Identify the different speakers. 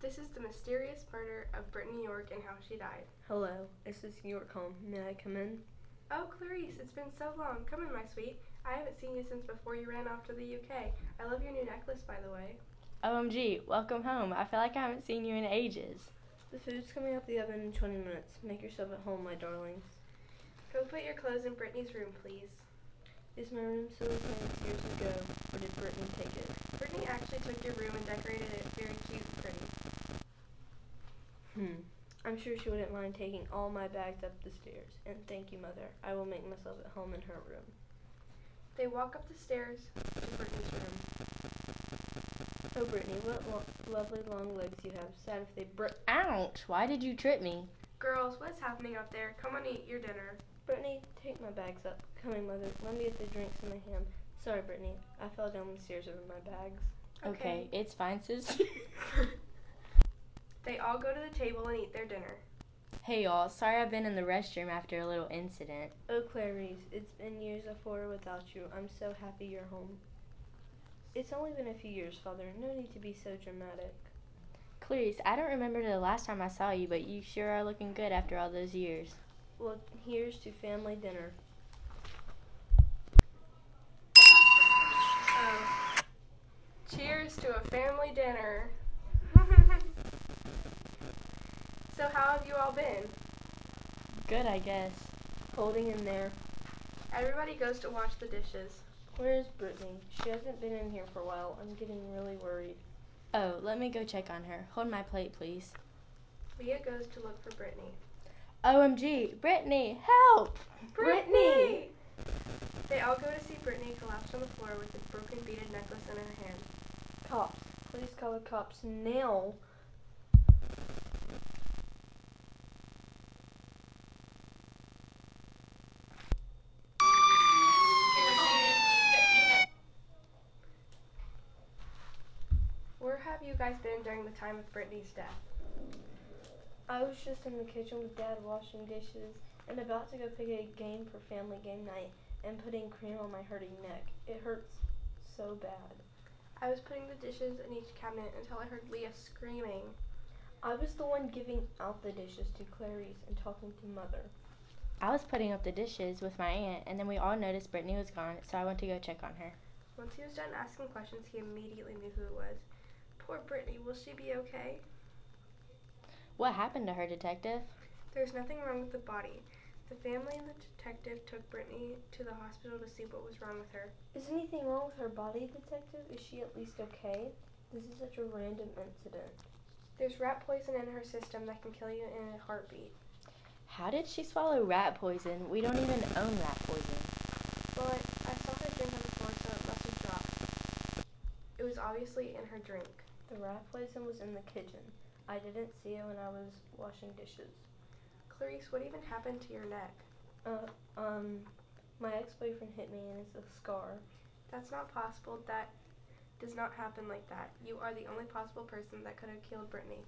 Speaker 1: This is the mysterious murder of Brittany York and how she died.
Speaker 2: Hello, is this York home? May I come in?
Speaker 1: Oh, Clarice, it's been so long. Come in, my sweet. I haven't seen you since before you ran off to the UK. I love your new necklace, by the way.
Speaker 3: OMG, welcome home. I feel like I haven't seen you in ages.
Speaker 2: The food's coming out the oven in 20 minutes. Make yourself at home, my darlings.
Speaker 1: Go put your clothes in Brittany's room, please.
Speaker 2: Is my room still the same as years ago, or did Brittany take it?
Speaker 1: Brittany actually took your room and decorated it very cute and pretty.
Speaker 2: Hmm. I'm sure she wouldn't mind taking all my bags up the stairs. And thank you, Mother. I will make myself at home in her room.
Speaker 1: They walk up the stairs to Brittany's room.
Speaker 2: Oh, Brittany, what lo- lovely long legs you have. Sad if they break.
Speaker 3: Ouch, why did you trip me?
Speaker 1: Girls, what's happening up there? Come on, eat your dinner.
Speaker 2: Brittany, take my bags up. Coming, Mother. Let me get the drinks and the ham. Sorry, Brittany. I fell down the stairs over my bags.
Speaker 3: Okay, it's fine, sis.
Speaker 1: they all go to the table and eat their dinner.
Speaker 3: hey, y'all. Sorry I've been in the restroom after a little incident.
Speaker 2: Oh, Clarice, it's been years of horror without you. I'm so happy you're home. It's only been a few years, Father. No need to be so dramatic.
Speaker 3: Clarice, I don't remember the last time I saw you, but you sure are looking good after all those years.
Speaker 2: Well, here's to family dinner.
Speaker 1: Oh. Cheers to a family dinner. so, how have you all been?
Speaker 3: Good, I guess.
Speaker 2: Holding in there.
Speaker 1: Everybody goes to wash the dishes.
Speaker 2: Where is Brittany? She hasn't been in here for a while. I'm getting really worried.
Speaker 3: Oh, let me go check on her. Hold my plate, please.
Speaker 1: Leah goes to look for Brittany.
Speaker 3: OMG, Brittany, help!
Speaker 2: Brittany!
Speaker 1: They all go to see Brittany collapsed on the floor with a broken beaded necklace in her hand.
Speaker 2: Cops. Please call the cops now.
Speaker 1: Where have you guys been during the time of Brittany's death?
Speaker 2: I was just in the kitchen with Dad washing dishes and about to go pick a game for family game night and putting cream on my hurting neck. It hurts so bad.
Speaker 1: I was putting the dishes in each cabinet until I heard Leah screaming.
Speaker 2: I was the one giving out the dishes to Clarice and talking to Mother.
Speaker 3: I was putting up the dishes with my aunt, and then we all noticed Brittany was gone, so I went to go check on her.
Speaker 1: Once he was done asking questions, he immediately knew who it was. Poor Brittany, will she be okay?
Speaker 3: What happened to her, detective?
Speaker 1: There's nothing wrong with the body. The family and the detective took Brittany to the hospital to see what was wrong with her.
Speaker 2: Is anything wrong with her body, Detective? Is she at least okay? This is such a random incident.
Speaker 1: There's rat poison in her system that can kill you in a heartbeat.
Speaker 3: How did she swallow rat poison? We don't even own rat poison.
Speaker 1: Well, I, I saw her drink on the floor, so it must have dropped. It was obviously in her drink.
Speaker 2: The rat poison was in the kitchen. I didn't see it when I was washing dishes.
Speaker 1: Clarice, what even happened to your neck?
Speaker 2: Uh, um, my ex-boyfriend hit me and it's a scar.
Speaker 1: That's not possible. That does not happen like that. You are the only possible person that could have killed Brittany.